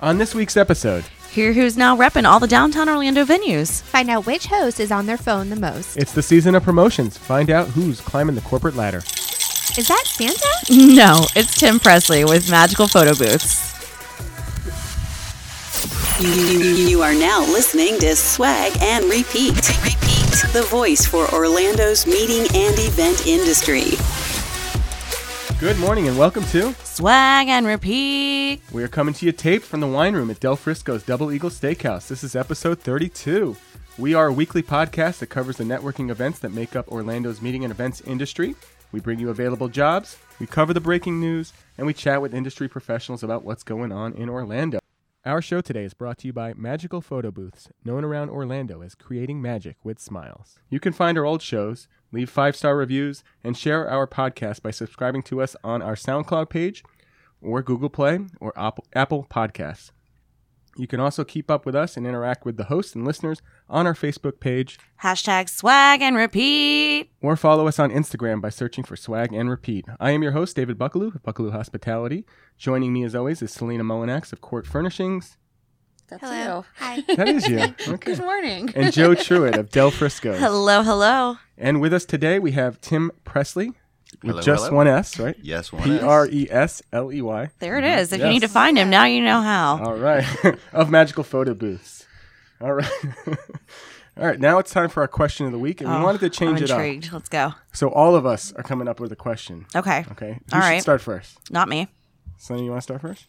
On this week's episode, Hear who's now repping all the downtown Orlando venues. Find out which host is on their phone the most. it's the season of promotions. Find out who's climbing the corporate ladder. Is that Santa? No, it's Tim Presley with Magical Photo Booths. You, you- you are now listening to Swag and Repeat. Repeat. The voice for Orlando's meeting and event industry. Good morning and welcome to. Swag and repeat. We are coming to you taped from the wine room at Del Frisco's Double Eagle Steakhouse. This is episode 32. We are a weekly podcast that covers the networking events that make up Orlando's meeting and events industry. We bring you available jobs, we cover the breaking news, and we chat with industry professionals about what's going on in Orlando. Our show today is brought to you by Magical Photo Booths, known around Orlando as Creating Magic with Smiles. You can find our old shows, leave five star reviews, and share our podcast by subscribing to us on our SoundCloud page or Google Play or Op- Apple Podcasts. You can also keep up with us and interact with the hosts and listeners on our Facebook page Hashtag swag and repeat. or follow us on Instagram by searching for Swag and Repeat. I am your host, David Buckaloo of Buckaloo Hospitality. Joining me as always is Selena Molinax of Court Furnishings. That's Hello. Hi. That is you. Okay. Good morning. And Joe Truitt of Del Frisco. Hello, hello. And with us today we have Tim Presley with Hello, just hello. one S, right? Yes, one. P R E S L E Y. There it is. If Yes. you need to find him, now you know how. All right. of magical photo booths. All right. all right. Now it's time for our question of the week, and we Oh, wanted to change I'm it up. intrigued. Let's go. So all of us are coming up with a question. Okay. Okay. All You should right. start first. Not me. Sonny, you want to start first?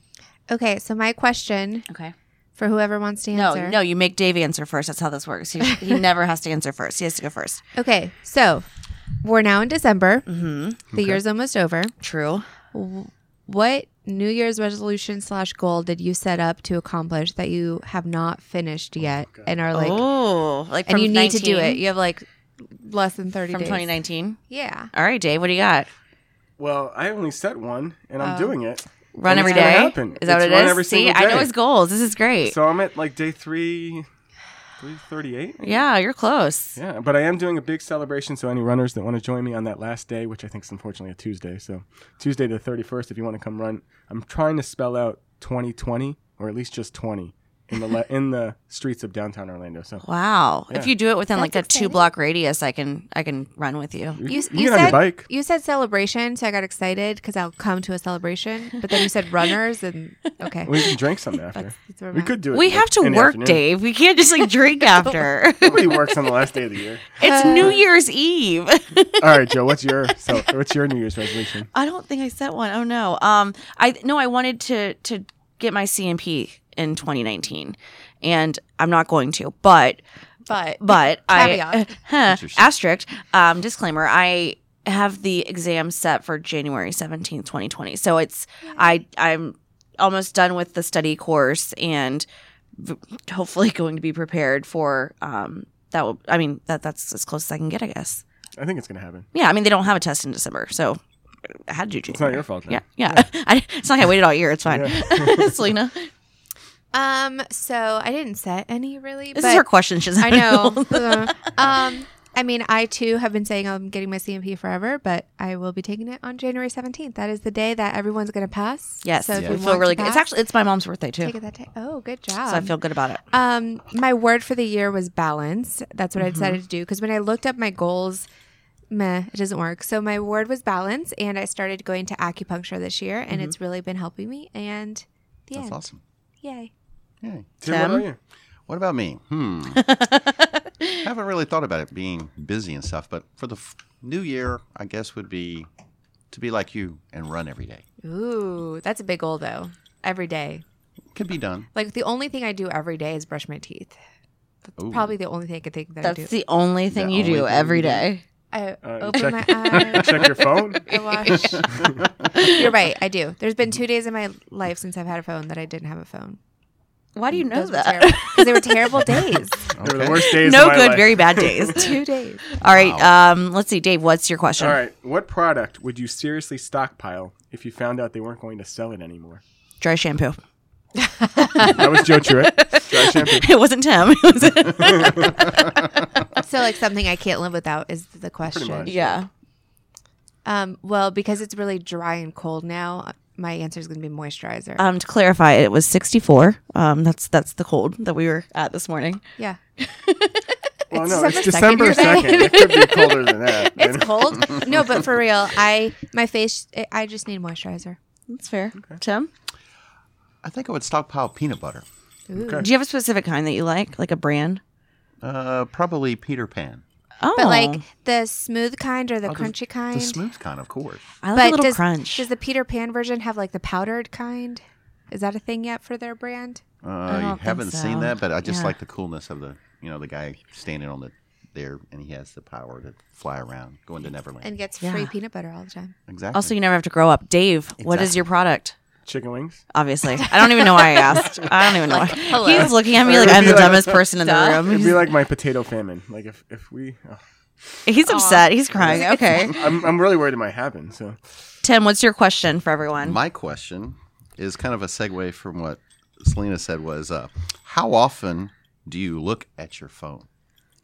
Okay, so my question Okay. for whoever wants to No, answer. no, you make Dave answer first. That's how this works. He, he never has to answer first. He has to go first. Okay, so we're now in December. Mm-hmm. The year's almost over. True. What New Year's resolution slash goal did you set up to accomplish that you have not finished Oh, yet and are like, oh, like and from you need to do 19? it? You have like less than 30 from days. 2019. Yeah. All right, Dave, what do you got? Well, I only set one, and I'm Um, Oh. doing it. Run And every it's gonna day. happen. Is that It's what it run is? every See, single I know day. his goals. This is great. So I'm at like day three, three thirty-eight. yeah, you're close. Yeah, but I am doing a big celebration. So any runners that want to join me on that last day, which I think is unfortunately a Tuesday, so Tuesday the thirty first, if you want to come run, I'm trying to spell out twenty twenty or at least just twenty in the le- in the streets of downtown Orlando. So Wow. If Yeah. you do it within That's like a exciting. two block radius, I can I can run with you. you, You, s- you you get on your said bike. you said celebration, so I got excited because I'll come to a celebration. But then you said runners, and okay, We can drink something after. That's where I'm We at. could do it. We in the- have to in the work, afternoon. Dave. We can't just like drink after. Nobody works on the last day of the year. it's New Year's Eve. All right, Joe. What's your so? What's your New Year's resolution? I don't think I set one. Oh no. Um I no, I wanted to to get my CMP in 2019 and I'm not going to. But but but I Caveat. huh, asterisk um, disclaimer. I have the exam set for January seventeenth, twenty twenty. So it's I I'm almost done with the study course and v- hopefully going to be prepared for um, that. Will I mean that that's as close as I can get, I guess. I think it's gonna happen. Yeah, I mean they don't have a test in December, so. I had to do It's not your fault. Then. Yeah, yeah. I, it's not like I waited all year. It's fine. Selena, um, so I didn't set any really. this but is her question. She's I know. um, I mean, I too have been saying I'm getting my CMP forever, but I will be taking it on January 17th. That is the day that everyone's going to pass. Yes, so if I you feel want really to good. It's pass, actually it's my mom's birthday too, take it that day. Oh, good job. so I feel good about it. Um, my word for the year was balance. That's Mm-hmm. what I decided to do because when I looked up my goals, meh, it doesn't work. So my word was balance, and I started going to acupuncture this year, Mm-hmm. and it's really been helping me. And the That's end, awesome. yay! Yay. Tim, what Tim? about you? What about me? Hmm. haven't really thought about it being busy and stuff, but for the f- new year, I guess would be to be like you and run every day. Ooh, that's a big goal though. Every day, Could be done. like the only thing I do every day is brush my teeth. That's Ooh. probably the only thing I could think that I do. That's the only thing The you only do thing every you do. day. I Uh, open check- my eyes. Check your phone. I wash. You're right. I do. There's been two days in my life since I've had a phone that I didn't have a phone. Why do you know Those were terrible because they were terrible days. They were the worst days. No of my good, life. very bad days. Two days. All right, um, let's see, Dave. What's your question? All right. What product would you seriously stockpile if you found out they weren't going to sell it anymore? Dry shampoo. That was Joe Truitt. Dry shampoo. It wasn't Tim. It was- So like something I can't live without is the question. much. yeah. Um, well, because it's really dry and cold now, my answer is going to be moisturizer. Um, to clarify, it was 64. Um, that's that's the cold that we were at this morning. yeah. Well, It's no, it's December December 2nd, second. It could be colder than that. you It's know? cold. No, but for real, I my face I- I just need moisturizer. That's fair. Tim, I think I would stockpile peanut butter. do you have a specific kind that you like, like a brand? Uh, probably Peter Pan. Oh, But like the smooth kind or the Oh, the- crunchy kind. The smooth kind, of course. I like but a little does, crunch. does the Peter Pan version have like the powdered kind? Is that a thing yet for their brand? Uh, don't you think haven't so. seen that, but I just Yeah. like the coolness of the, you know, the guy standing on the there and he has the power to fly around, going to Neverland. And gets Yeah. free peanut butter all the time. exactly. also, you never have to grow up. Dave, what is Exactly. your product? Chicken wings. Obviously, I don't even know why I asked. I don't even know. why. He was looking at me It like would I'm be the like- dumbest person in the room. It'd be He's, like my potato famine. Like if if we, oh, he's upset. He's crying. Okay, I'm I'm really worried it might happen. So Tim, what's your question for everyone? My question is kind of a segue from what Selena said was, uh, how often do you look at your phone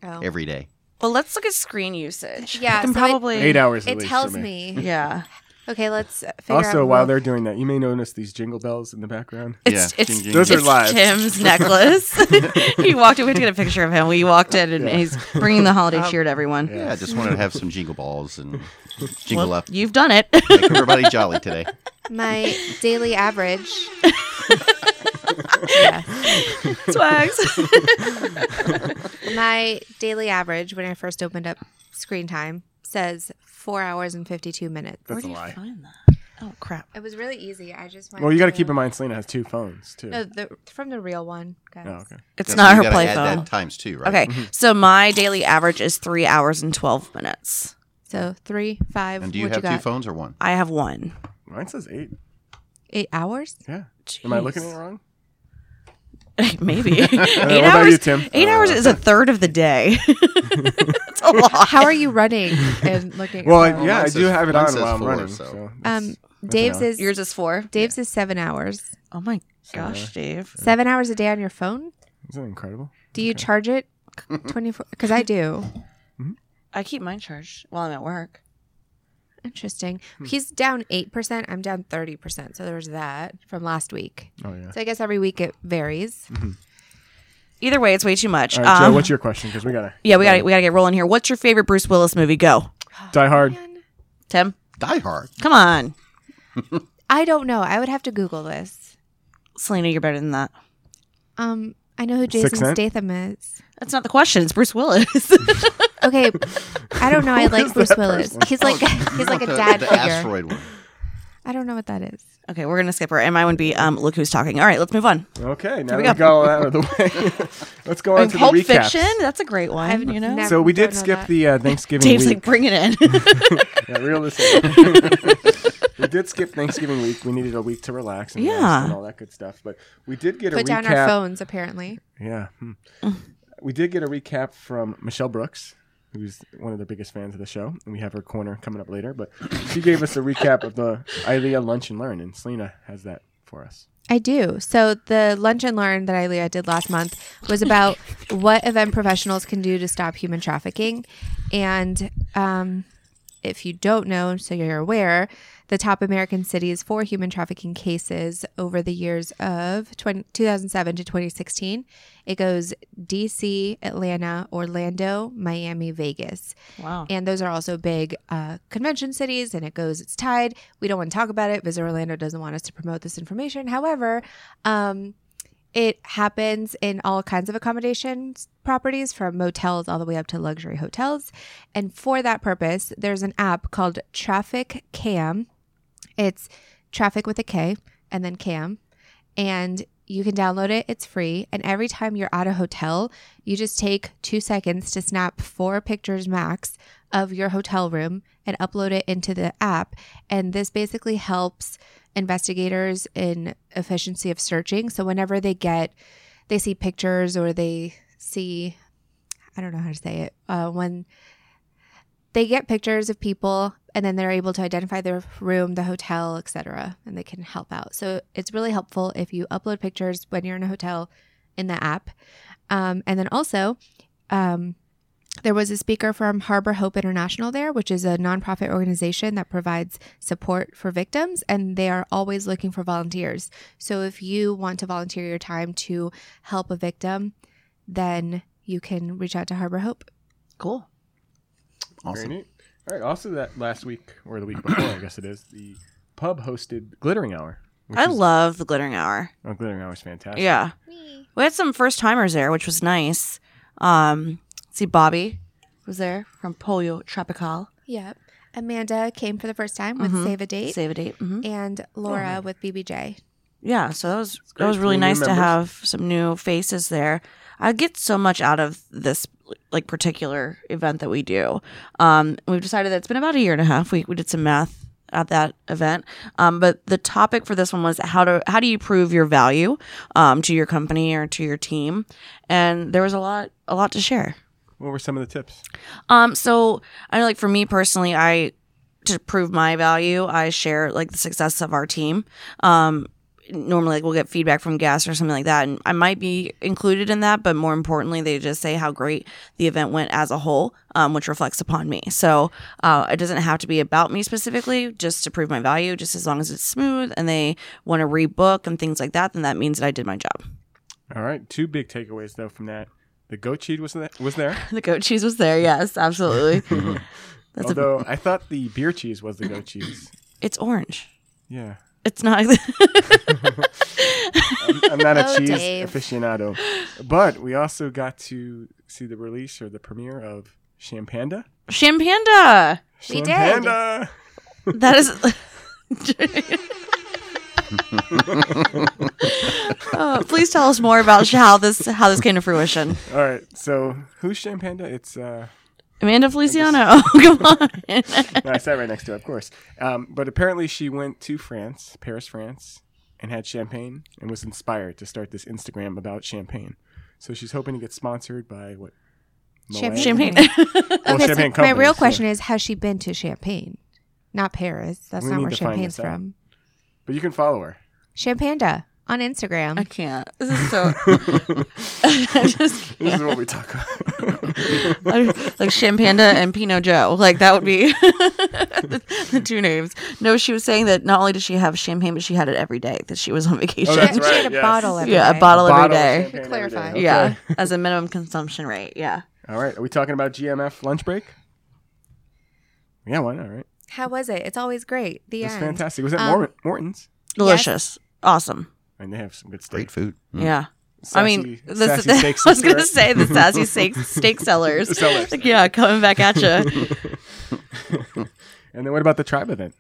Oh. every day? well, let's look at screen usage. Yeah, We can so I- probably. eight hours. at It least tells for me. Yeah, Okay, let's uh, figure out. Also, while who- they're doing that, you may notice these jingle bells in the background. it's Yeah, it's, ding, ding, Those are it's live. Tim's necklace. he walked in. We had to get a picture of him. We walked in, and he's bringing the holiday cheer to everyone. Yeah, I just wanted to have some jingle balls and jingle Well, up. you've done it. Make everybody jolly today. my daily average. Yes. Swags. My daily average when I first opened up screen time says four hours and 52 minutes. That's a lie. Find that. Oh crap. It was really easy. I just went Well, you got to to- keep in mind Selena has two phones too. Uh, No, the, from the real one. Guys. Oh, okay. It's Yeah, so not you her gotta play add phone. That times two, right? Okay, so my daily average is three hours and twelve minutes. So three, five. And do you what have you two got? phones or one? I have one. Mine says eight. Eight hours? Yeah. Am I looking at it wrong? Uh, Maybe eight what hours. about you, Tim? Eight hours is a third of the day. it's a lot. How are you running and looking? at Well, your phone? yeah, mine I do says- have it mine on says while I'm four, running. so- So. Um, that's- Dave's an hour. is Yours is four. Dave's is seven hours. Oh my uh, gosh, Dave. Seven hours a day on your phone. isn't that incredible? Do you charge it? Twenty four? Because I do. I keep mine charged while I'm at work. Interesting. Hmm. He's down eight percent. I'm down thirty percent. So there's that from last week. Oh yeah. Mm-hmm. So I guess every week it varies. Either way, it's way too much. All right, Joe, Um, what's your uh, question? Because we gotta yeah, we got to we got to get rolling here. What's your favorite Bruce Willis movie? Go, die hard. Tim. Die Hard. Come on, I don't know. I would have to Google this. Selena, you're better than that. Um, I know who Sixth Jason Sense? Statham is. That's not the question. It's Bruce Willis. Okay, I don't know. I is like Bruce that Willis. person? Oh, He's like he's like a the, dad the figure. asteroid one. I don't know what that is. okay, we're gonna skip her, and mine would be um, look who's talking. All right, let's move on. Okay, now we we have go. got all that out of the way. Let's go on And to Pulp the recaps. Fiction. That's a great one. I've you know, never- So we did Don't know skip that. the uh, Thanksgiving Dave's week. like, bring it in. Yeah, we we did skip Thanksgiving week. We needed a week to relax and, rest Yeah. and all that good stuff. But we did get Put a down recap. our phones. Apparently, Yeah. hmm. Mm. we did get a recap from Michelle Brooks, who's one of the biggest fans of the show. And we have her corner coming up later. But she gave us a recap of the ILEA Lunch and Learn. And Selena has that for us. I do. So the lunch and learn that Ilea did last month was about what event professionals can do to stop human trafficking, and um, if you don't know, so you're aware, the top American cities for human trafficking cases over the years of 20, 2007 to 2016. It goes DC, Atlanta, Orlando, Miami, Vegas. wow. And those are also big uh, convention cities, and it goes, it's tied. We don't want to talk about it. Visit Orlando doesn't want us to promote this information. However, um, it happens in all kinds of accommodation properties, from motels all the way up to luxury hotels. And for that purpose, there's an app called Traffic Cam. It's traffic with a K and then cam. And you can download it. It's free. And every time you're at a hotel, you just take two seconds to snap four pictures max of your hotel room and upload it into the app. And this basically helps investigators in efficiency of searching. So whenever they get, they see pictures or they see, I don't know how to say it, uh, when they get pictures of people and then they're able to identify their room the hotel etc and they can help out so it's really helpful if you upload pictures when you're in a hotel in the app um, and then also um, There was a speaker from Harbor Hope International there, which is a nonprofit organization that provides support for victims, and they are always looking for volunteers. So if you want to volunteer your time to help a victim, then you can reach out to Harbor Hope. Cool. Awesome. Very neat. All right. Also, that last week or the week before, I guess it is, the pub hosted Glittering Hour. which I is- love the glittering hour. Oh, Glittering Hour is fantastic. Yeah. We had some first timers there, which was nice. Um, see, Bobby was there from Pollo Tropical. Yep. Amanda came for the first time with Mm-hmm. Mhm. Save a Date Save a date. hmm and Laura with BBJ. Yeah, so that was that great was for really the new nice to members. have some new faces there. I get so much out of this like particular event that we do. Um, we've decided that it's been about a year and a half. We we did some math at that event, um, but the topic for this one was how to how do you prove your value um, to your company or to your team, and there was a lot a lot to share. What were some of the tips? Um, so I know, like for me personally, I to prove my value, I share like the success of our team. Um, normally, like we'll get feedback from guests or something like that, and I might be included in that. But more importantly, they just say how great the event went as a whole, um, which reflects upon me. So uh, it doesn't have to be about me specifically, just to prove my value. Just as long as it's smooth and they want to rebook and things like that, then that means that I did my job. All right. Two big takeaways though from that. The goat cheese was there. Was there. the goat cheese was there. Yes, absolutely. That's a, Although I thought the beer cheese was the goat cheese. it's orange. Yeah. It's not. I'm, I'm not a Oh, cheese Dave. aficionado. But we also got to see the release or the premiere of Shampanda. Shampanda. We did. Shampanda! That is. Uh, please tell us more about how this how this came to fruition. All right. So who's Shampanda? It's uh Amanda Feliciano, come on. no, I sat right next to her, of course. Um, but apparently she went to France, Paris, France, and had champagne and was inspired to start this Instagram about champagne. So she's hoping to get sponsored by what? Moet? Champagne. Well, okay, champagne so my real companies, question is has she been to Champagne? Not Paris. That's We not need where to find Champagne's this out. from. But you can follow her. Champanda on Instagram. I can't. This is so. I just This is what we talk about. like Shampanda and Pinot Joe. Like that would be the two names. No, she was saying that not only did she have champagne, but she had it every day that she was on vacation. Oh, that's she right, had a yes. bottle every yeah, day. a bottle, every Bottle of day. champagne every Clarify. day. Yeah, Okay. as a minimum consumption rate. Yeah. All right. Are we talking about GMF lunch break? Yeah, why not? Right. How was it? It's always great. The It was end. fantastic. Was it Um, Mor- Morton's? Delicious. Awesome. And they have some good steak. Great food. Mm. Yeah. I mean, Sassy- this, sassy steaks I was going to and syrup. say the sassy steak, steak sellers. Sellers. Like, yeah, coming back at you. And then what about the tribe event?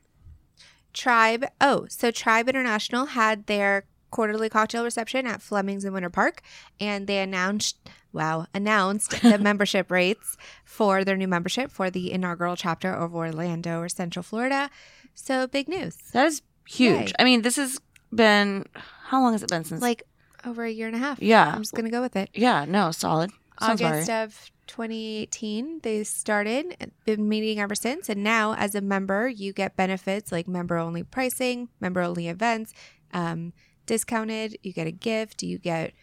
Tribe. Oh, so Tribe International had their quarterly cocktail reception at Fleming's in Winter Park, and they announced, wow, announced the membership rates for their new membership for the inaugural chapter of Orlando or Central Florida. So big news. that is huge. Yay. I mean, this has been, how long has it been since? Like over a year and a half. Yeah. I'm just gonna go with it. yeah, no, solid. Sounds about August right. of 2018, they started, and been meeting ever since. And now, as a member, you get benefits like member only pricing, member only events, um, discounted, you get a gift, you get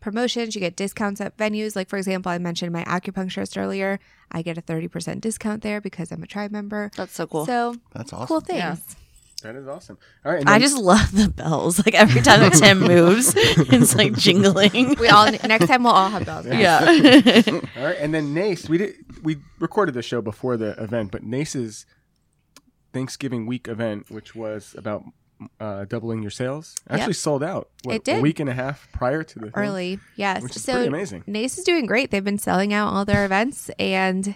promotions, you get discounts at venues. Like, for example, I mentioned my acupuncturist earlier. I get a 30% discount there because I'm a tribe member. That's so cool. So, That's awesome. cool things. Yeah. That is awesome. All right. and I then- just love the bells. Like every time that Tim moves, it's like jingling. We all, next time, we'll all have bells. yeah. All right, and then Nace, we did we recorded the show before the event, but Nace's Thanksgiving week event, which was about uh, doubling your sales, actually sold out. What, It did. a week and a half prior to the thing, Early, yes. which is so, pretty amazing. Nace is doing great. They've been selling out all their events and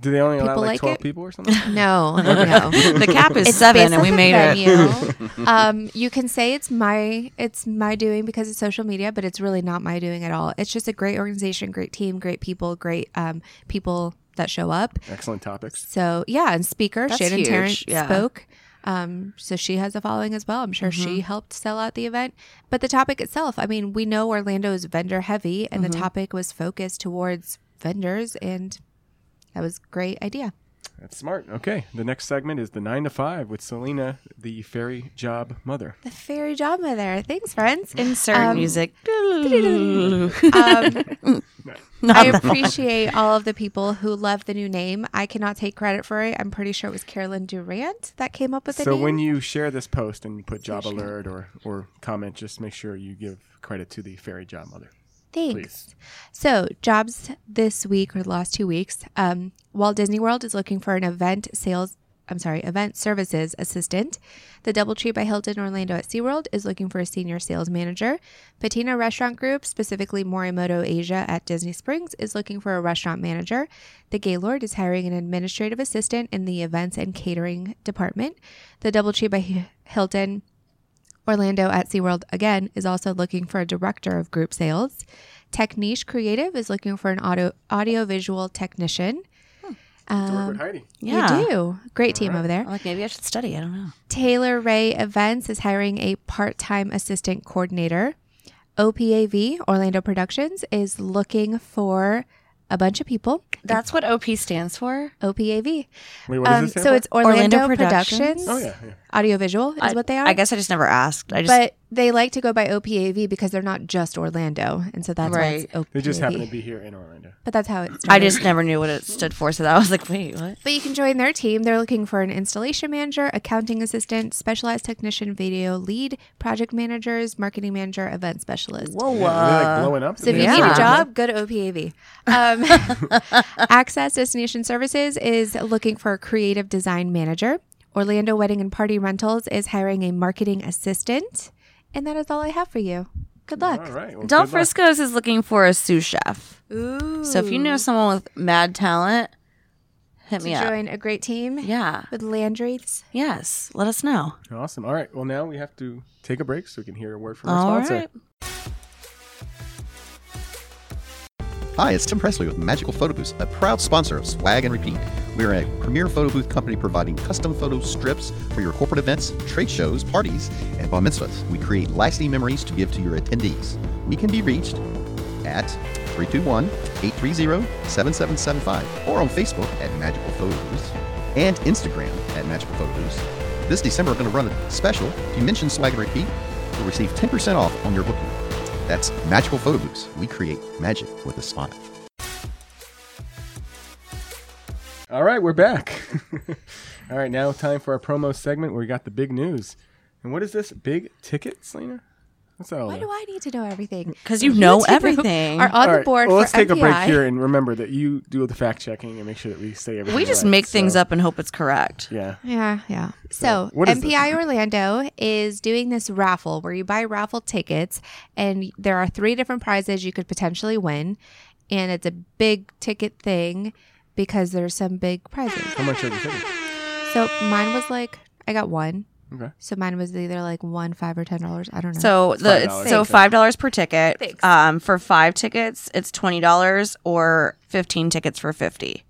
Do they only allow People like, like twelve it? people or something? No, no. the cap is It's seven, based and on we the made it. venue. um, you can say it's my it's my doing because it's social media, but it's really not my doing at all. It's just a great organization, great team, great people, great um, people that show up. Excellent topics. So yeah, and speaker That's Shannon huge, Terrence yeah. spoke. Um, so she has a following as well. I'm sure Mm-hmm. she helped sell out the event. But the topic itself, I mean, we know Orlando is vendor heavy, and Mm-hmm. the topic was focused towards vendors, and that was a great idea. That's smart. Okay, the next segment is the nine to five with Selena, the fairy job mother. The fairy job Um, there. Thanks, friends. Insert Um, music. um, I appreciate all of the people who love the new name. I cannot take credit for it. I'm pretty sure it was Carolyn Durant that came up with the So name. when you share this post and you put job alert or, or comment, just make sure you give credit to the fairy job mother. Thanks. So, jobs this week or the last two weeks, um, Walt Disney World is looking for an event sales. I'm sorry, event services assistant. The Doubletree by Hilton Orlando at SeaWorld is looking for a senior sales manager. Patina Restaurant Group, specifically Morimoto Asia at Disney Springs, is looking for a restaurant manager. The Gaylord is hiring an administrative assistant in the events and catering department. The Doubletree by Hi- Hilton Orlando at SeaWorld again is also looking for a director of group sales. Tech Niche Creative is looking for an audio audiovisual technician. Hmm. Um, To work with Heidi. yeah. We do. Great team over there. I'm Like maybe I should study. I don't know. Taylor Ray Events is hiring a part time assistant coordinator. OPAV, Orlando Productions, is looking for a bunch of people. That's what OP stands for. OPAV. Wait, what does Um, this stand so for? it's Orlando, Orlando Productions. Productions. Oh, yeah. yeah. Audiovisual is I- what they are. I guess I just never asked. I just but they like to go by OPAV because they're not just Orlando, and so that's why it's OPAV. They just happen to be here in Orlando. But that's how it started. I just never knew what it stood for. So that I was like, wait, what? But you can join their team. They're looking for an installation manager, accounting assistant, specialized technician, video lead, project managers, marketing manager, event specialist. Whoa, Are they like blowing up? Oh, So if you Yeah. need a job, go to OPAV. Um, Access Destination Services is looking for a creative design manager. Orlando Wedding and Party Rentals is hiring a marketing assistant. And that is all I have for you. Good luck. All right. Well, Del good luck. Frisco's is looking for a sous chef. Ooh. So if you know someone with mad talent, hit to me up. join a great team Yeah. with Landry's. Yes. Let us know. Awesome. All right. Well, now we have to take a break so we can hear a word from our All sponsor. right. Hi, it's Tim Presley with Magical Photo Booths, a proud sponsor of Swag and Repeat. We are a premier photo booth company providing custom photo strips for your corporate events, trade shows, parties, and bar mitzvahs. We create lasting memories to give to your attendees. We can be reached at 321 830 7775 or on Facebook at Magical Photo Booths and Instagram at Magical Photo Booths. This December, we're going to run a special. If you mention Swag and Repeat, you'll receive 10% off on your booking. That's Magical Photo Booths. We create magic with a smile. All right. We're back. All right. Now, time for our promo segment where we got the big news. And what is this? Big ticket, Selena? What's that all Why about? do I need to know everything? 'Cause you know two everything. Are on All the right, board Well, for let's take a break MPI. here and remember that you do the fact checking and make sure that we say everything. We just right, make things so- up and hope it's correct. Yeah. Yeah, yeah. So, what is MPI Orlando is doing this raffle where you buy raffle tickets, and there are three different prizes you could potentially win, and it's a big ticket thing because there's some big prizes. How much are the tickets? So mine was like I got one. Okay. So mine was either like one, five, or ten dollars. I don't know. So the it's, $5. so five dollars per ticket. Thanks. Um, for five tickets, it's twenty dollars or fifteen tickets for fifty.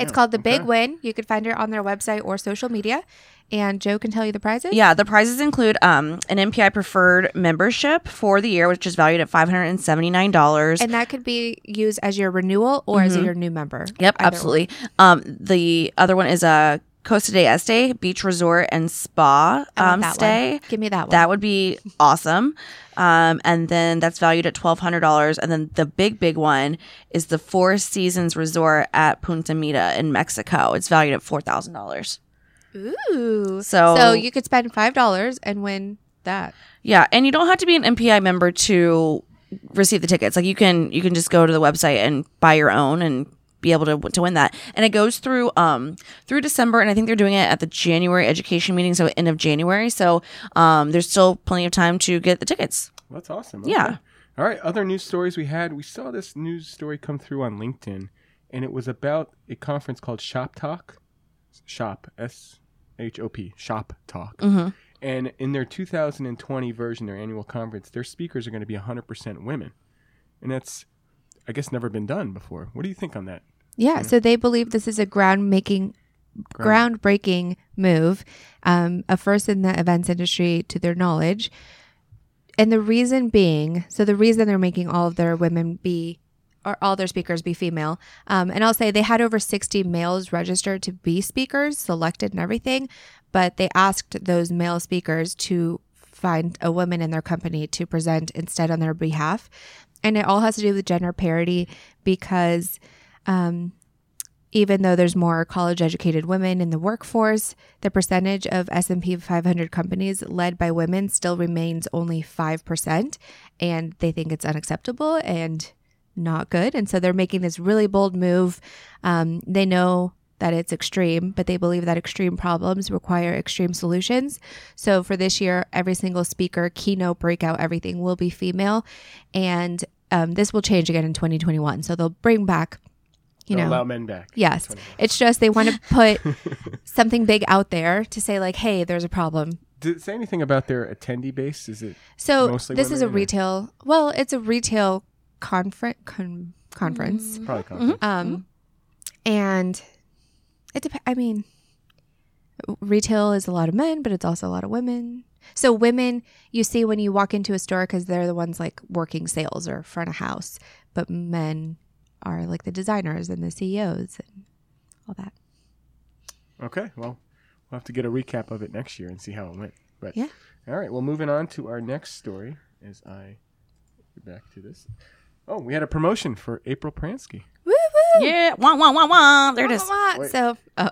it's called the Big Win. You could find it on their website or social media, and Joe can tell you the prizes. Yeah, the prizes include um, an MPI preferred membership for the year, which is valued at five hundred and seventy nine dollars. And that could be used as your renewal or as your new member. Mm-hmm. Yep, Either absolutely. Um, the other one is a Costa de Este beach resort and spa I want um, that one. stay. Give me that one. That would be awesome. Um, and then that's valued at twelve hundred dollars. And then the big, big one is the Four Seasons Resort at Punta Mita in Mexico. It's valued at four thousand dollars. Ooh. So- so you could spend five dollars and win that. Yeah, and you don't have to be an MPI member to receive the tickets. Like you can you can just go to the website and buy your own and be able to to win that. And it goes through um through December and I think they're doing it at the January education meeting so end of January. So um there's still plenty of time to get the tickets. That's awesome. Yeah. Okay. All right. Other news stories we had. We saw this news story come through on LinkedIn, and it was about a conference called Shop Talk. Shop S H O P Shop Talk. Mm-hmm. And in their 2020 version, their annual conference, their speakers are going to be 100% women, and that's, I guess, never been done before. What do you think on that? Yeah. So they believe this is a ground making, groundbreaking move, um, a first in the events industry to their knowledge. And the reason being, so the reason they're making all of their women be, or all their speakers be female, um, and I'll say they had over 60 males registered to be speakers, selected and everything, but they asked those male speakers to find a woman in their company to present instead on their behalf. and it all has to do with gender parity because um, even though there's more college educated women in the workforce the percentage of s&p 500 companies led by women still remains only 5% and they think it's unacceptable and not good and so they're making this really bold move um, they know that it's extreme but they believe that extreme problems require extreme solutions so for this year every single speaker keynote breakout everything will be female and um, this will change again in 2021 so they'll bring back you They'll know allow men back. Yes. That's what It's just they want to put something big out there to say, like, hey, there's a problem. Did it say anything about their attendee base? Is it So Mostly this is a women, or- retail, well, it's a retail conference. Con- conference. probably conference? Um, Mm-hmm. and it depends. I mean, retail is a lot of men, but it's also a lot of women. So women, you see when you walk into a store because they're the ones like working sales or front of house, but men are like the designers and the CEOs and all that. Okay, well, we'll have to get a recap of it next year and see how it went. But Yeah. All right. Well, moving on to our next story as I get back to this. Oh, we had a promotion for April Pransky. Woo woo! Yeah. Wah, wah, wah, wah. There it is. Wah, wah, wah. Wait. So, oh.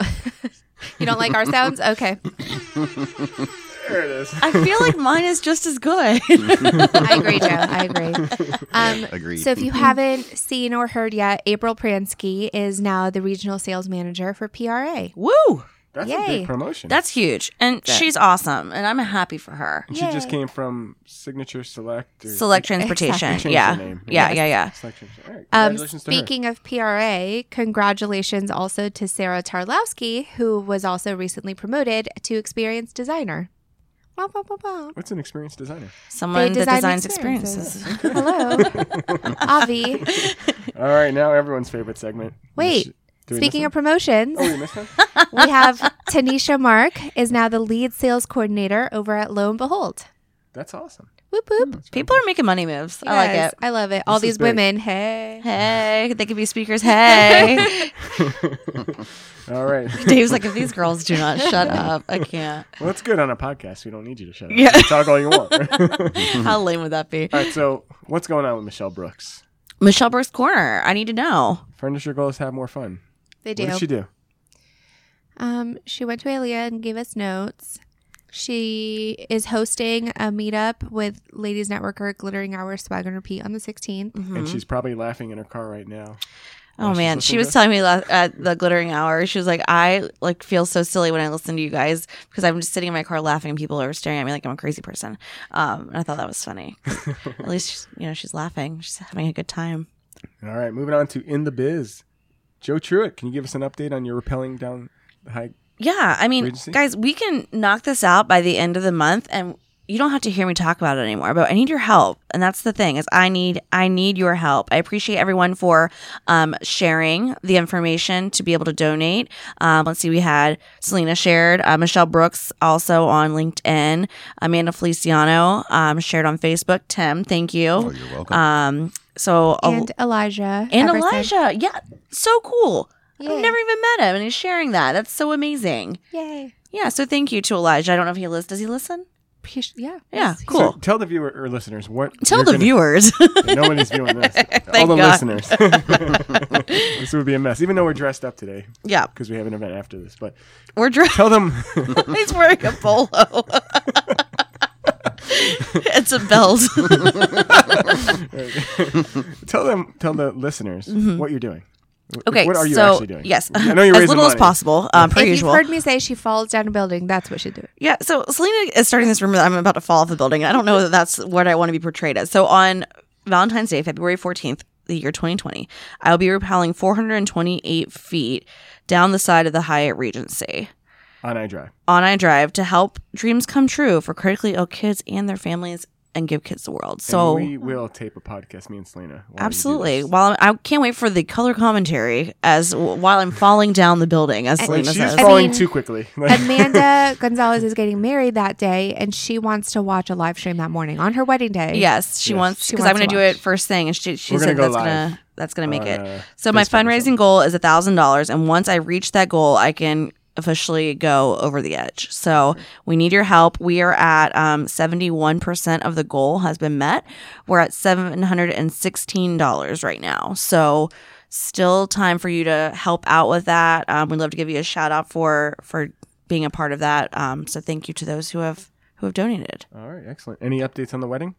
you don't like our sounds? Okay. There it is. I feel like mine is just as good. I agree, Joe. I agree. Um, Agreed. So, if you haven't seen or heard yet, April Pransky is now the regional sales manager for PRA. Woo. That's a Yay. big promotion. That's huge. And she's awesome. And I'm happy for her. and she just came from Signature Select. Or Select transportation. Changed her Yeah. name. Yeah, Yes. yeah, yeah. Select Transportation. All right, Um, congratulations to her. speaking of PRA, congratulations also to Sarah Tarlowski, who was also recently promoted to experienced designer. Wah, wah, wah, wah. What's an experienced designer? Someone They that design designs experiences. experiences. Hello, Avi. All right, now everyone's favorite segment. Wait, Is- do we miss Speaking one? of promotions, Oh, we missed one? we have Tanisha Mark is now the lead sales coordinator over at Lo and Behold. That's awesome. Whoop whoop. People are making money moves. Hmm. I like Yes, it. I love it. All This is these big. women. Hey. Hey, they could be speakers. Hey. All right. Dave's like, if these girls do not shut up, I can't. Well, that's good on a podcast. We don't need you to shut up. Yeah. You can talk all you want. How lame would that be? All right, so what's going on with Michelle Brooks? Michelle Burke's Corner. I need to know. Furniture goals have more fun. They What do. did she do? um, she went to Alea and gave us notes. She is hosting a meetup with Ladies Networker Glittering Hour Swag and Repeat on the 16th. Mm. And she's probably laughing in her car right now. Oh she's man, listening she to was us? telling me la- at the glittering hour. She was like, "I like feel so silly when I listen to you guys because I'm just sitting in my car laughing and people are staring at me like I'm a crazy person." Um, and I thought that was funny. at least she's, you know she's laughing. She's having a good time. All right, moving on to In the Biz. Joe Truitt, can you give us an update on your rappelling down the high? Yeah, I mean, Regency? guys, we can knock this out by the end of the month, and you don't have to hear me talk about it anymore. But I need your help, and that's the thing is I need I need your help. I appreciate everyone for um, sharing the information to be able to donate. Um, let's see, we had Selena shared, uh, Michelle Brooks also on LinkedIn, Amanda Feliciano um, shared on Facebook. Tim, thank you. Oh, you're welcome. um, so a- And Elijah. Oh. and Everson. Elijah, yeah, so cool. Yeah. I've never even met him, and he's sharing that. That's so amazing. Yay. Yeah, so thank you to Elijah. I don't know if he listens. Does he listen? He sh- Yeah. Yeah, Yes. cool. So tell the viewer or listeners what. Tell you're the gonna- viewers. Nobody's viewing this. All Thank the God. listeners. this would be a mess, even though we're dressed up today yeah, because we have an event after this. But we're dressed. tell them. He's wearing a polo. it's a belt. tell them. Tell the listeners what you're doing. Wh- Mm-hmm. okay, What are you so actually doing? yes, I know you're as raising little as money. possible, um, per If usual. you've heard me say she falls down a building, that's what she did. Yeah, so Selena is starting this rumor that I'm about to fall off the building. I don't know that that's what I want to be portrayed as. So on Valentine's Day, February 14th, the year 2020, I'll be rappelling 428 feet down the side of the Hyatt Regency on iDrive. on iDrive to help dreams come true for critically ill kids and their families and give kids the world. So and we will tape a podcast, me and Selena. while you do absolutely. this. While I'm, I can't wait for the color commentary as while I'm falling down the building, as Like, Selena she's says. falling mean- too quickly. Like, Amanda Gonzalez is getting married that day, and she wants to watch a live stream that morning on her wedding day. Yes, she Yes. wants She because I'm wants going to to do it watch. first thing, and she, she We're gonna said go that's live gonna that's gonna make on, it. uh, So my Facebook or something. fundraising goal is a thousand dollars, and once I reach that goal, I can officially go over the edge. So we need your help. We are at um, 71% of the goal has been met. We're at $716 right now. So still time for you to help out with that. Um, we'd love to give you a shout out for for being a part of that. Um, so thank you to those who have who have donated. All right, excellent. Any updates on the wedding?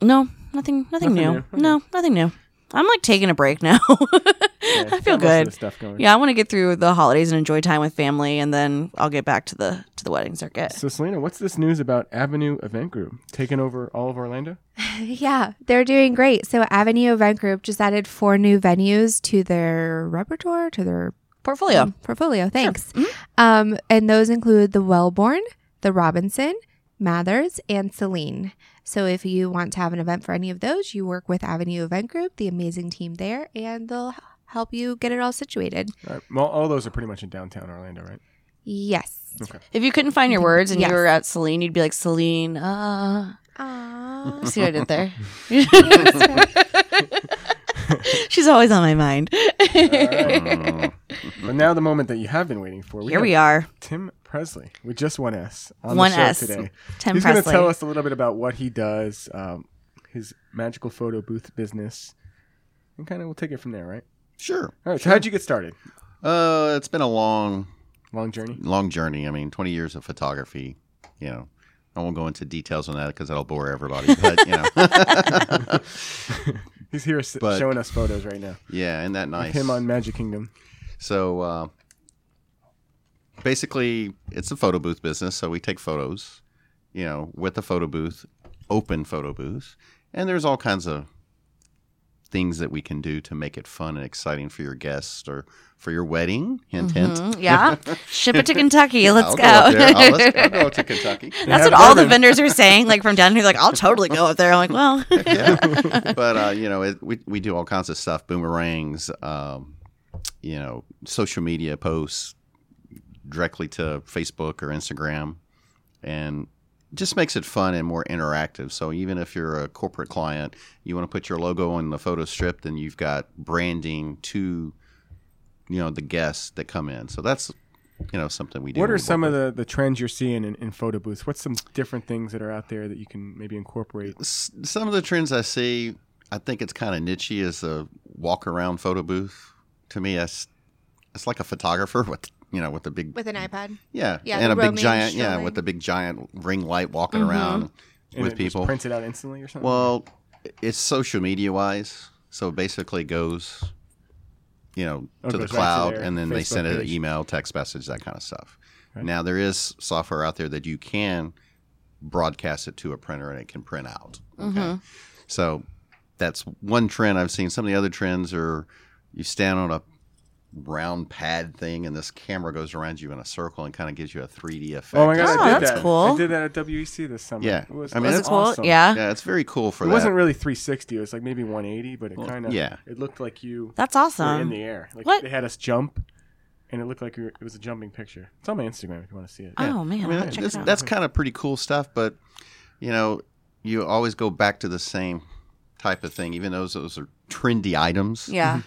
No, nothing, Nothing nothing, new. new. Okay. No, nothing new. I'm like taking a break now. I feel got most of good. the stuff going. Yeah, I want to get through the holidays and enjoy time with family, and then I'll get back to the to the wedding circuit. So, Selena, what's this news about Avenue Event Group taking over all of Orlando? Yeah, they're doing great. So Avenue Event Group just added four new venues to their repertoire, to their Mm, Portfolio. portfolio. Thanks. Um, and those include the Wellborn, the Robinson, Mathers, and Celine. So if you want to have an event for any of those, you work with Avenue Event Group, the amazing team there, and they'll help you get it all situated. All, right. well, all those are pretty much in downtown Orlando, right? Yes. If you couldn't find your words and Yes. you were at Celine, you'd be like Celine. Uh, Aww. see what I did there? She's always on my mind. Uh. right. but now, the moment that you have been waiting for. Here we have are. Tim Presley with just one S on One the show S. today. Tim He's going to Presley. tell us a little bit about what he does, um, his magical photo booth business, and kind of we'll take it from there, right? Sure. All right. So, how'd you get started? Uh, it's been a long, Long journey. long journey. I mean, 20 years of photography, you know. I won't go into details on that because that'll bore everybody. But, you know. He's here s But- showing us photos right now. yeah, isn't that nice? Him on Magic Kingdom. So uh, basically, it's a photo booth business. So we take photos, you know, with a photo booth, open photo booth, and there's all kinds of things that we can do to make it fun and exciting for your guests or for your wedding. Hint, hint. Mm, yeah. Ship it to Kentucky. Let's I'll go. up there. I'll, let's, I'll go to Kentucky. That's have what all the bourbon. vendors are saying, like from down here, like, I'll totally go up there. I'm like, well, yeah. But uh, you know, it, we we do all kinds of stuff: boomerangs, um, you know, social media posts directly to Facebook or Instagram, and just makes it fun and more interactive. So even if you're a corporate client, you want to put your logo on the photo strip, then you've got branding to, you know, the guests that come in. So that's, you know, something we do. What are some of the, the trends you're seeing in, in photo booths? What's some different things that are out there that you can maybe incorporate? S- some of the trends I see, I think it's kind of niche is a walk around photo booth. To me, that's it's like a photographer with you know with the big With an iPad. yeah, yeah, and the Mm-hmm. a big roaming giant yeah strolling. with the big giant ring light walking Mhm. around And with it just people. Print it out instantly or something? Well, it's social media wise, so it basically goes you know Oh, to the goes right to cloud, their and then they Facebook send it an page. email, text message, that kind of stuff. Right. Now there is software out there that you can broadcast it to a printer and it can print out. Okay. Mhm. So that's one trend I've seen. Some of the other trends are you stand on a round pad thing and this camera goes around you in a circle and kind of gives you a 3D effect. oh my God, Oh, I did that's that. cool. I did that at WEC this summer. Yeah. It was, I mean, was it that's cool? awesome. Yeah. Yeah, it's very cool for It that. wasn't really 360. It was like maybe 180, but it Well, kind of yeah. It looked like you That's were in awesome. the air. Like What? they had us jump, and it looked like we were, it was a jumping picture. It's on my Instagram if you want to see it. Oh, man. I mean, I'll check this- it out. that's kind of pretty cool stuff, but you know, you always go back to the same type of thing, even though those are trendy items. Yeah.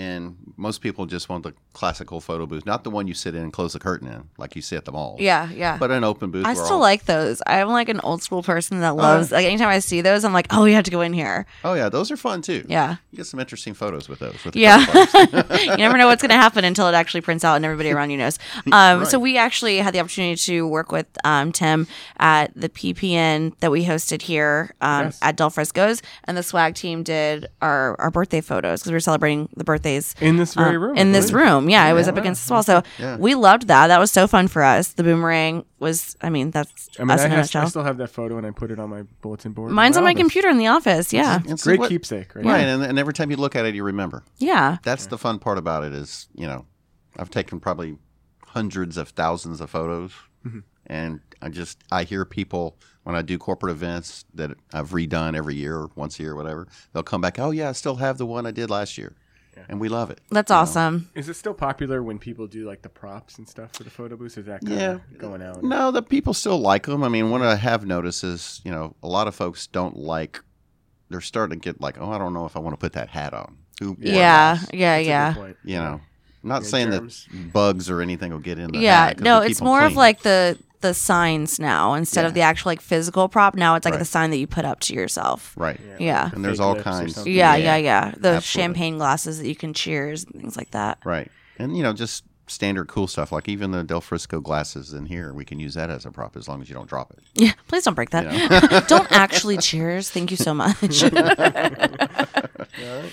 And most people just want the classical photo booth, not the one you sit in and close the curtain in, like you see at the mall. Yeah. Yeah. But an open booth. I where still all- like those. I'm like an old school person Uh. that loves, like, anytime I see those, I'm like, oh, you have to go in here. Oh yeah, those are fun too. Yeah. You get some interesting photos with those. With the Yeah. photo bars. you never know what's going to happen until it actually prints out and everybody around you knows. Um, So we actually had the opportunity to work with um, Tim at the PPN that we hosted here um, Yes. at Del Frisco's, and the swag team did our, our birthday photos because we were celebrating the birthdays. In this very um, room. I In this believe. room. Yeah, it was up against this wall. So Yeah. we loved that. That was so fun for us. The boomerang was, I mean, that's I mean, us I, in a has, I nutshell. still have that photo, and I put it on my bulletin board. in Mine's on my office. computer in the office. Yeah. And so Great what- keepsake, right? Right, and, and every time you look at it, you remember. Yeah. That's the fun part about it is, you know, I've taken probably hundreds of thousands of photos, and I just I hear people when I do corporate events that I've redone every year, or once a year, or whatever. They'll come back, oh yeah, I still have the one I did last year, and we love it. That's awesome. Is it still popular when people do like the props and stuff for the photo booths? Is that kind Yeah. of going out? No, the people still like them. I mean, what I have noticed is, you know, a lot of folks don't like. They're starting to get like, oh, I don't know if I want to put that hat on. Who wore Yeah. this? Yeah. That's a good Yeah. point. You know, I'm not Yeah, saying germs. that bugs or anything will get in. The yeah, hat, 'cause no, we keep it's 'em more of clean. like the the signs now instead Yeah. of the actual like physical prop. Now it's like Right. the sign that you put up to yourself. right. Yeah. And there's Fake all lips or kinds. something. Yeah, Yeah. yeah, yeah. The Absolutely. champagne glasses that you can cheers and things like that. Right. And you know, just standard cool stuff like even the Del Frisco glasses in here, we can use that as a prop as long as you don't drop it. Yeah, please don't break that. Yeah. don't actually cheers. Thank you so much. All right.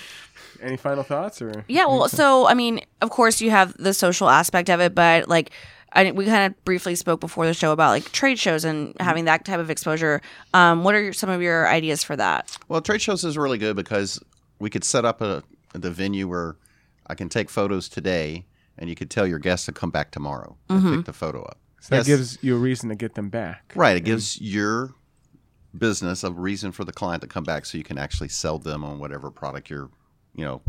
Any final thoughts or? yeah, well, so I mean, of course, you have the social aspect of it, but like. I, we kind of briefly spoke before the show about like trade shows and having that type of exposure. Um, what are your, some of your ideas for that? Well, trade shows is really good because we could set up a the venue where I can take photos today, and you could tell your guests to come back tomorrow Mm-hmm. and pick the photo up. So that Yes. gives you a reason to get them back. Right. It gives your business a reason for the client to come back so you can actually sell them on whatever product you're, you know,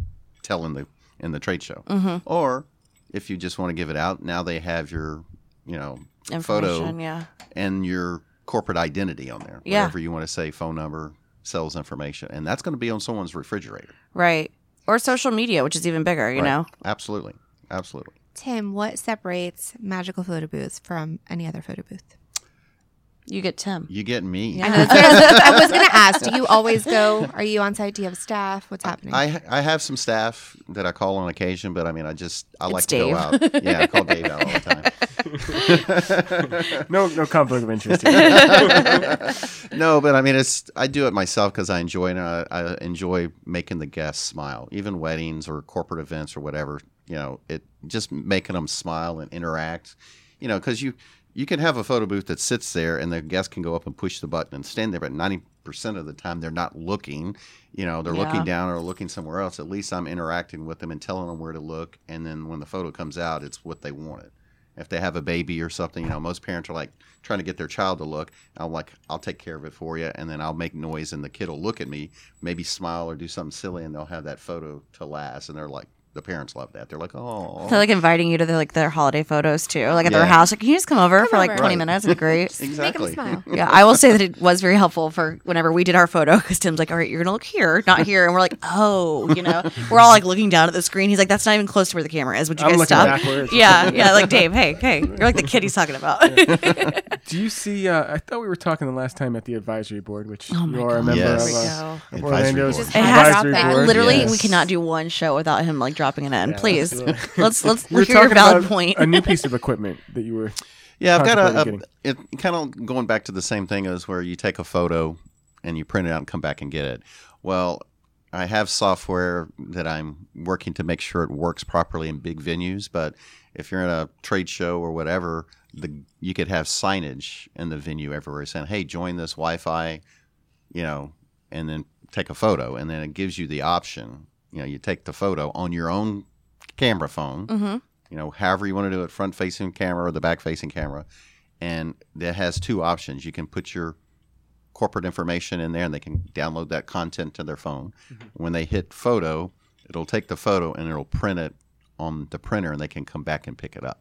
telling the in the trade show. Or if you just want to give it out, now they have your, you know, photo Mm-hmm. Information, yeah. and your corporate identity on there. Yeah. Whatever you want to say, phone number, sales information. And that's going to be on someone's refrigerator. Right. Or social media, which is even bigger, you Right. know? Absolutely. Absolutely. Tim, what separates magical photo booths from any other photo booth? You get Tim. You get me. Yeah. I was going to ask, do you always go? Are you on site? Do you have staff? What's happening? I I have some staff that I call on occasion, but I mean, I just I like to Dave. go out. Yeah, I call Dave out all the No, no conflict of interest. Here. time. no, but I mean, it's I do it myself because I enjoy it. And I, I enjoy making the guests smile, even weddings or corporate events or whatever. You know, it just making them smile and interact. You know, because you you can have a photo booth that sits there and the guest can go up and push the button and stand there, but ninety percent of the time they're not looking. You know, they're looking Yeah. down or looking somewhere else. At least I'm interacting with them and telling them where to look. And then when the photo comes out, it's what they wanted. If they have a baby or something, you know, most parents are like trying to get their child to look. I'm like, I'll take care of it for you, and then I'll make noise, and the kid will look at me, maybe smile or do something silly, and they'll have that photo to last. And they're like, the parents love that. They're like, oh, They're like inviting you to their like their holiday photos too, like at Yeah. their house. Like, can you just come over Come for like over. twenty Right. minutes? It'd be great. Make them exactly. smile. yeah, I will say that it was very helpful for whenever we did our photo because Tim's like, "All right, you're gonna look here, not here," and we're like, "Oh," you know, we're all like looking down at the screen. He's like, "That's not even close to where the camera is." Would you I'm guys looking stop? backwards. Yeah, yeah, like Dave. Hey, hey, you're like the kid he's talking about. Do you see? Uh, I thought we were talking the last time at the advisory board, which Oh my you are a God. member Yes. of. There we Uh, go. of Advisory Orlando's board. It It has advisory to- board. literally we Yes. cannot do one show without him like dropping it in. Yeah, Please, absolutely. let's let's We were hear your talking valid about point. a new piece of equipment that you were. Yeah, I've got a, a contemplating it kind of going back to the same thing as where you take a photo and you print it out and come back and get it. Well, I have software that I'm working to make sure it works properly in big venues, but if you're in a trade show or whatever, the you could have signage in the venue everywhere saying, "Hey, join this Wi-Fi," you know, and then take a photo, and then it gives you the option. You know, you take the photo on your own camera phone Mm-hmm. you know, however you want to do it, front facing camera or the back facing camera. And that has two options. You can put your corporate information in there and they can download that content to their phone. When they hit photo, it'll take the photo and it'll print it on the printer and they can come back and pick it up.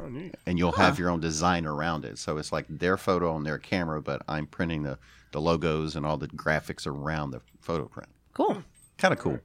Oh, neat. And you'll have your own design around it. So it's like their photo on their camera, but I'm printing the, the logos and all the graphics around the photo print. Cool. Kind of cool.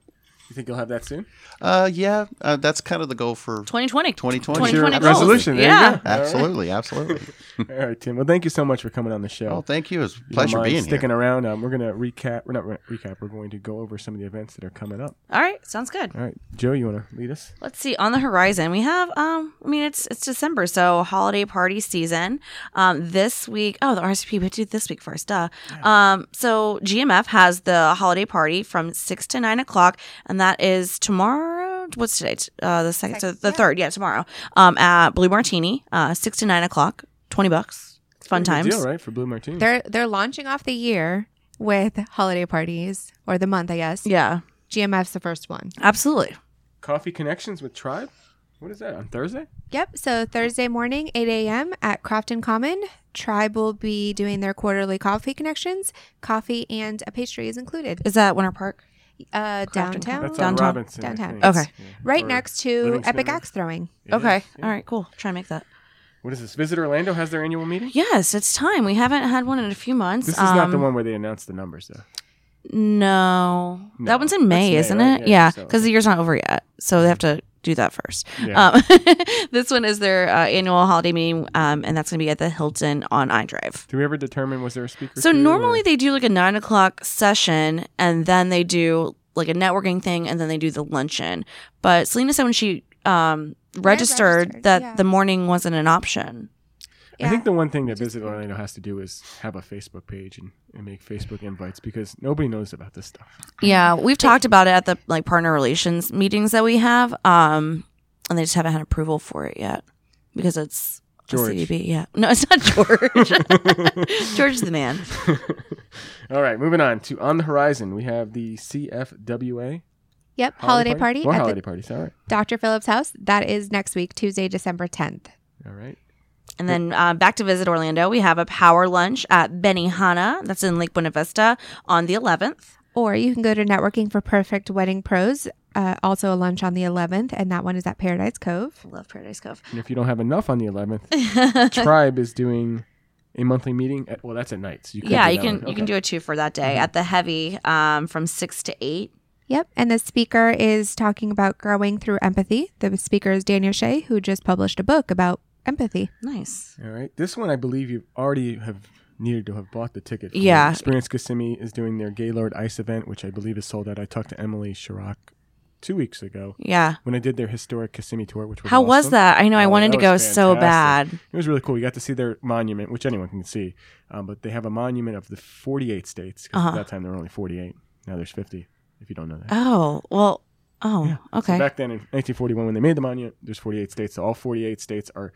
You think you'll have that soon? Uh, yeah, uh, that's kind of the goal for 2020. 2020. What's your 2020 goals. resolution? There yeah. You go. Absolutely, absolutely. All right, Tim. Well, thank you so much for coming on the show. Oh, thank you. It's a If you don't pleasure mind being sticking here. around. Um, we're gonna recap. We're not re- recap. We're going to go over some of the events that are coming up. All right, sounds good. All right, Joe, you want to lead us? Let's see. On the horizon, we have. Um, I mean, it's it's December, so holiday party season. Um, this week. Oh, the RSVP. We do this week first. Duh. Um, so GMF has the holiday party from six to nine o'clock, and that is tomorrow. What's today? T- Uh, the second. So the third. Yeah, tomorrow. Um, at Blue Martini. Uh, six to nine o'clock. Twenty bucks. Pretty Fun good times. deal, right? For Blue Martini. They're they're launching off the year with holiday parties or the month, I guess. Yeah, GMF's the first one. absolutely. Coffee connections with Tribe. What is that on Thursday? Yep. So Thursday morning, 8 a.m. at Crofton Common, Tribe will be doing their quarterly coffee connections. Coffee and a pastry is included. Is that Winter Park? Uh, Crofton downtown, That's on Downtown. Robinson. I Downtown. think. Okay. Yeah. right Or next to Livingston Epic River. Axe Throwing. It okay. is, yeah. All right. Cool. Try and make that. What is this? Visit Orlando has their annual meeting. Yes, it's time. We haven't had one in a few months. This is not the Um, one where they announced the numbers, though. No. No. That one's in May, That's May, isn't right? it? Yeah, Yeah, so- because the year's not over yet. So they have to do that first. Yeah. Um, this one is their uh, annual holiday meeting, um, and that's going to be at the Hilton on iDrive. Do we ever determine was there a speaker? So too, normally or- they do like a nine o'clock session, and then they do like a networking thing, and then they do the luncheon. But Selena said when she um, registered, registered, that yeah. the morning wasn't an option. I think the one thing that Visit Orlando has to do is have a Facebook page and, and make Facebook invites because nobody knows about this stuff. Yeah, we've talked about it at the like partner relations meetings that we have, um, and they just haven't had approval for it yet because it's George. a CDB. Yeah, no, it's not George. George is the man. All right, moving on to on the horizon. We have the CFWA Yep, holiday, party, More at holiday the parties. All right, Dr. Phillips' house. That is next week, Tuesday, December 10th. all right. And then uh, back to visit Orlando, we have a power lunch at Benihana. That's in Lake Buena Vista on the 11th. Or you can go to Networking for Perfect Wedding Pros, uh, also a lunch on the 11th, and that one is at Paradise Cove. Love Paradise Cove. And if you don't have enough on the 11th, Tribe is doing a monthly meeting. At, well, that's at night. So you could yeah, do you that can one. you Okay. can Mm-hmm. do a two for that day at the heavy um, from six to eight. Yep. And the speaker is talking about growing through empathy. The speaker is Daniel Shea, who just published a book about empathy. Nice. All right. This one, I believe you already have needed to have bought the ticket. for. Yeah. Experience Kissimmee is doing their Gaylord Ice event, which I believe is sold out. I talked to Emily Chirac two weeks ago Yeah. when I did their historic Kissimmee tour, which was How was awesome. that? I know I Oh, wanted that to go was so bad. fantastic. It was really cool. You got to see their monument, which anyone can see, um, but they have a monument of the 48 states. 'cause Uh-huh. At that time, there were only 48. Now there's 50. If you don't know that. Oh well. Oh So okay. back then in 1941, when they made the monument, there's 48 states. So all 48 states are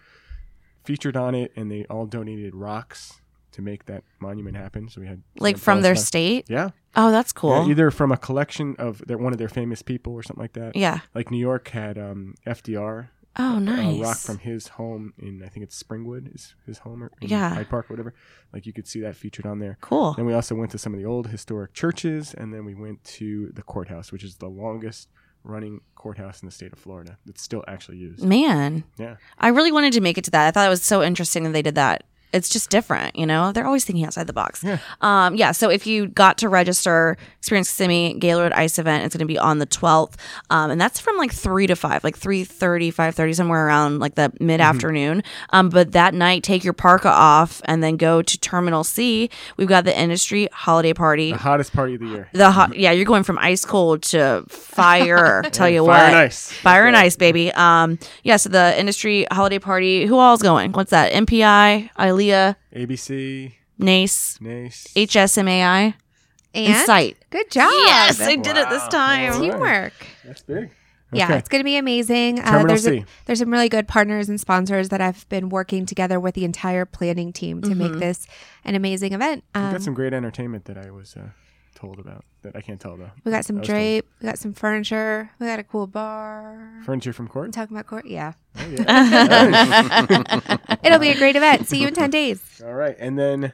featured on it, and they all donated rocks to make that monument happen. So we had like we had from their Palestine- state. Yeah. Oh, that's yeah, cool. Yeah. either from a collection of their, one of their famous people or something like that. Like New York had um, FDR, Oh a nice. rock from his home in I think it's Springwood is his home or in Yeah. Hyde Park, whatever. Like you could see that featured on there. cool. Then we also went to some of the old historic churches, and then we went to the courthouse, which is the longest running courthouse in the state of Florida that's still actually used. Man, Yeah. I really wanted to make it to that. I thought it was so interesting that they did that. It's just different, you know. They're always thinking outside the box. Yeah. Um, yeah. So if you got to register, experience Simi Gaylord Ice event, it's going to be on the twelfth, um, and that's from like three to five, like 3.30, 5.30, somewhere around like the mid afternoon. Mm-hmm. Um, but that night, take your parka off and then go to Terminal C. We've got the industry holiday party. The hottest party of the year. The hot, yeah, you're going from ice cold to fire. tell you Fire what, and ice. fire and ice, baby. Um, yeah. So the industry holiday party. Who all's going? What's that? MPI, ILEA, ABC, NACE, NACE. HSMAI, And Insight. good job. Yes, I Ah, did it this Wow. time. Alright. Teamwork. That's big. Yeah, Okay. it's going to be amazing. Uh, uh, Terminal there's, C. there's some really good partners and sponsors that I've been working together with the entire planning team to make this an amazing event. We've Um, Mm-hmm. got some great entertainment that I was uh, told about that I can't tell though. we got some I was told. drape, we got some furniture, we got a cool bar. Furniture from court. Talking about court, yeah. Oh, yeah. Nice. It'll be a great event. See you in 10 days. All right, and then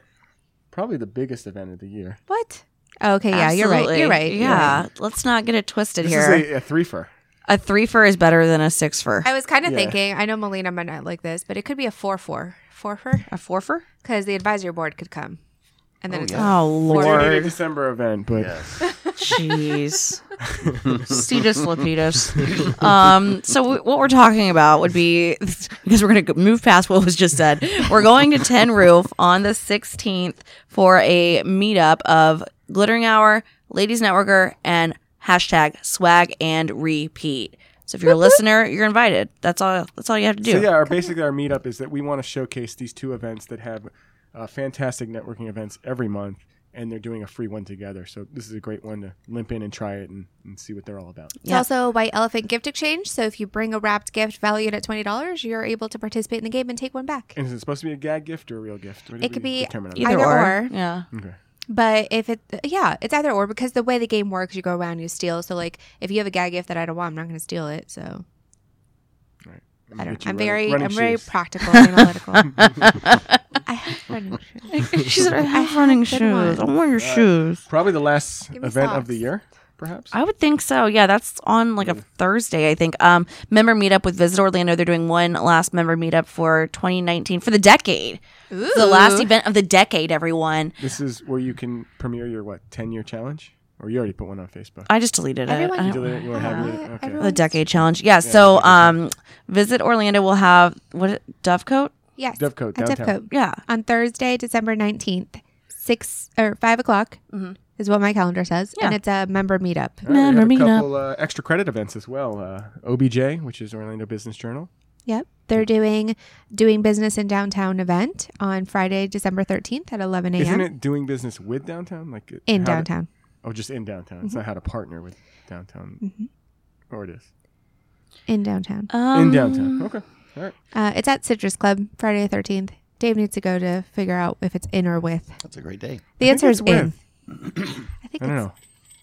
probably the biggest event of the year. What? Okay, yeah, you're right. You're Absolutely. right. you're right. Yeah. Let's not get it twisted This here. is a, a threefer. A, three fur is better than a six fur. I was kind of Yeah. thinking, I know Melina might not like this, but it could be a 4 4. 4 4? A four fur? Because the advisory board could come. And then it's yeah. Oh We did it in a lord, December event, but jeez, cetus lapidas. Um, so w- what we're talking about would be because we're gonna go- move past what was just said. We're going to Ten Roof on the sixteenth for a meetup of Glittering Hour, Ladies Networker, and hashtag Swag and Repeat. So if you're a listener, you're invited. That's all. That's all you have to do. So yeah, our basically our meetup is that we want to showcase these two events that have uh, fantastic networking events every month, and they're doing a free one together. So this is a great one to limp in and try it and, and see what they're all about. Yeah. also a white elephant gift exchange. So if you bring a wrapped gift valued at twenty dollars, you're able to participate in the game and take one back. And is it supposed to be a gag gift or a real gift? What did It could we be determine on that? Either, Either or. or. Yeah. Okay. But if it, yeah, it's either or because the way the game works, you go around, you steal. So like, if you have a gag gift that I don't want, I'm not going to steal it. So I'm I gonna don't. get you I'm running- very, running I'm very shoes. practical, and analytical. I have running shoes. She said, "I have running good shoes. ones. I want your shoes." Probably the last Give me event of the socks. year, perhaps. I would think so. Yeah, that's on like a Thursday, I think. Um, member meetup with Visit Orlando. They're doing one last member meetup for 2019 for the decade. It's The last event of the decade, everyone. This is where you can premiere your what ten year challenge. Or you already put one on Facebook. I just deleted it. Everyone- I You don't- deleted it. You want to have Uh, it? Okay. everyone- the decade challenge. Yeah. so, um, visit Orlando. We'll have what Dovecote. Yes. Dovecote, At downtown. Dovecote. Yeah. On Thursday, December 19th, 6 or 5 o'clock is what my calendar says. And Mm-hmm. Yeah. it's a member meetup. All right, Remember we meeting have a up. couple uh, extra credit events as well. Uh, OBJ, which is Orlando Business Journal. Yep. They're doing doing business in downtown event on Friday, December 13th at 11 a.m. Isn't it doing business with downtown? Like it- in how to- downtown. Mm-hmm. oh, just in downtown. It's not how to partner with downtown. Or it is in downtown. Um, in downtown. Okay. All right. Uh, it's at Citrus Club, Friday the 13th. Dave needs to go to figure out if it's in or with. That's a great day. The answer is it's in. with. I think I don't it's, know.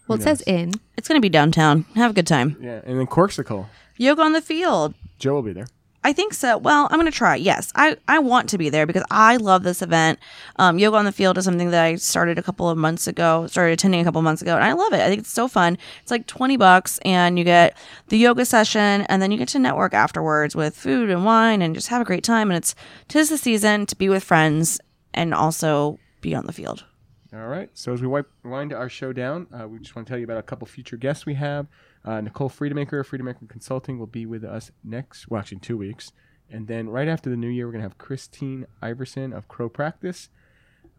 well, it says in. It's gonna be downtown. Have a good time. Yeah, and then Corksicle. Yoga on the field. Joe will be there. I think so. Well, I'm going to try. Yes, I, I want to be there because I love this event. Um, Yoga on the Field is something that I started a couple of months ago, started attending a couple of months ago, and I love it. I think it's so fun. It's like 20 bucks, and you get the yoga session, and then you get to network afterwards with food and wine and just have a great time. And it's tis the season to be with friends and also be on the field. All right. So as we wipe, wind our show down, uh, we just want to tell you about a couple future guests we have. Uh, Nicole Friedemaker of Friedemaker Consulting will be with us next, well, actually in two weeks. And then right after the new year, we're going to have Christine Iverson of Crow Practice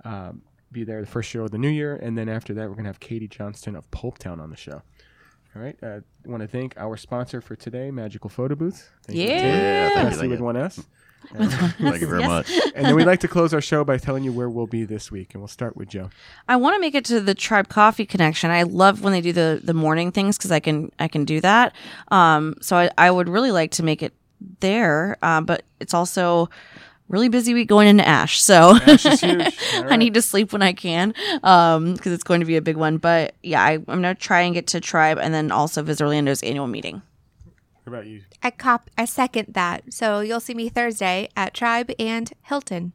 um, be there the first show of the new year. And then after that, we're going to have Katie Johnston of Pulp Town on the show. All right. I uh, want to thank our sponsor for today, Magical Photo Booth. Thank you, Yeah. Tim. Yeah, thank you, Fancy thank with you. one S. Thank you very much. And then we'd like to close our show by telling you where we'll be this week. And we'll start with Joe. I want to make it to the Tribe Coffee Connection. I love when they do the the morning things because I can I can do that. Um, so I, I would really like to make it there, um, but it's also really busy week going into Ash. So Ash is huge. All I right. need to sleep when I can because it's going to be a big one. But yeah, I, I'm gonna try and get to Tribe and then also visit Orlando's annual meeting. What about you? I cop. I second that. So you'll see me Thursday at Tribe and Hilton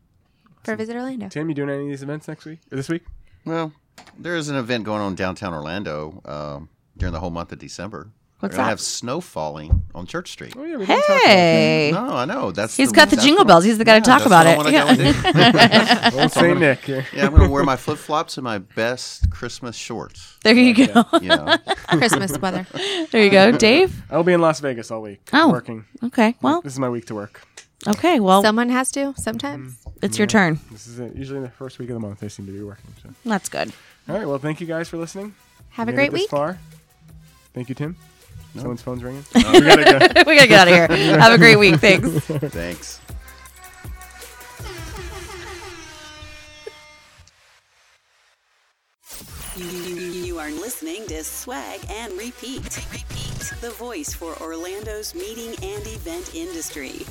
for Visit Orlando. Tim, you doing any of these events next week? Or this week? Well, there is an event going on downtown Orlando um, during the whole month of December. What's We're gonna that? have snow falling on Church Street. Oh, yeah, we Hey, No, I know. That's He's has got the jingle bells. He's the guy to talk about it. Say Nick. Yeah. yeah, I'm gonna wear my flip flops and my best Christmas shorts. there you go. You know, Christmas weather. There you go, Dave. I'll be in Las Vegas all week. Oh. working. Okay, well, This is my week to work. okay, Oh. well, Someone has to sometimes. Mm. it's your turn. This is it. usually the first week of the month. I seem to be working. So. That's good. All right. Well, thank you guys for listening. Have You a made it great this week. Far. Thank you, Tim. Someone's phone's ringing. we gotta go. we gotta get out of here. Have a great week. Thanks. thanks. You- You you are listening to Swag and Repeat. Repeat. The voice for Orlando's meeting and event industry.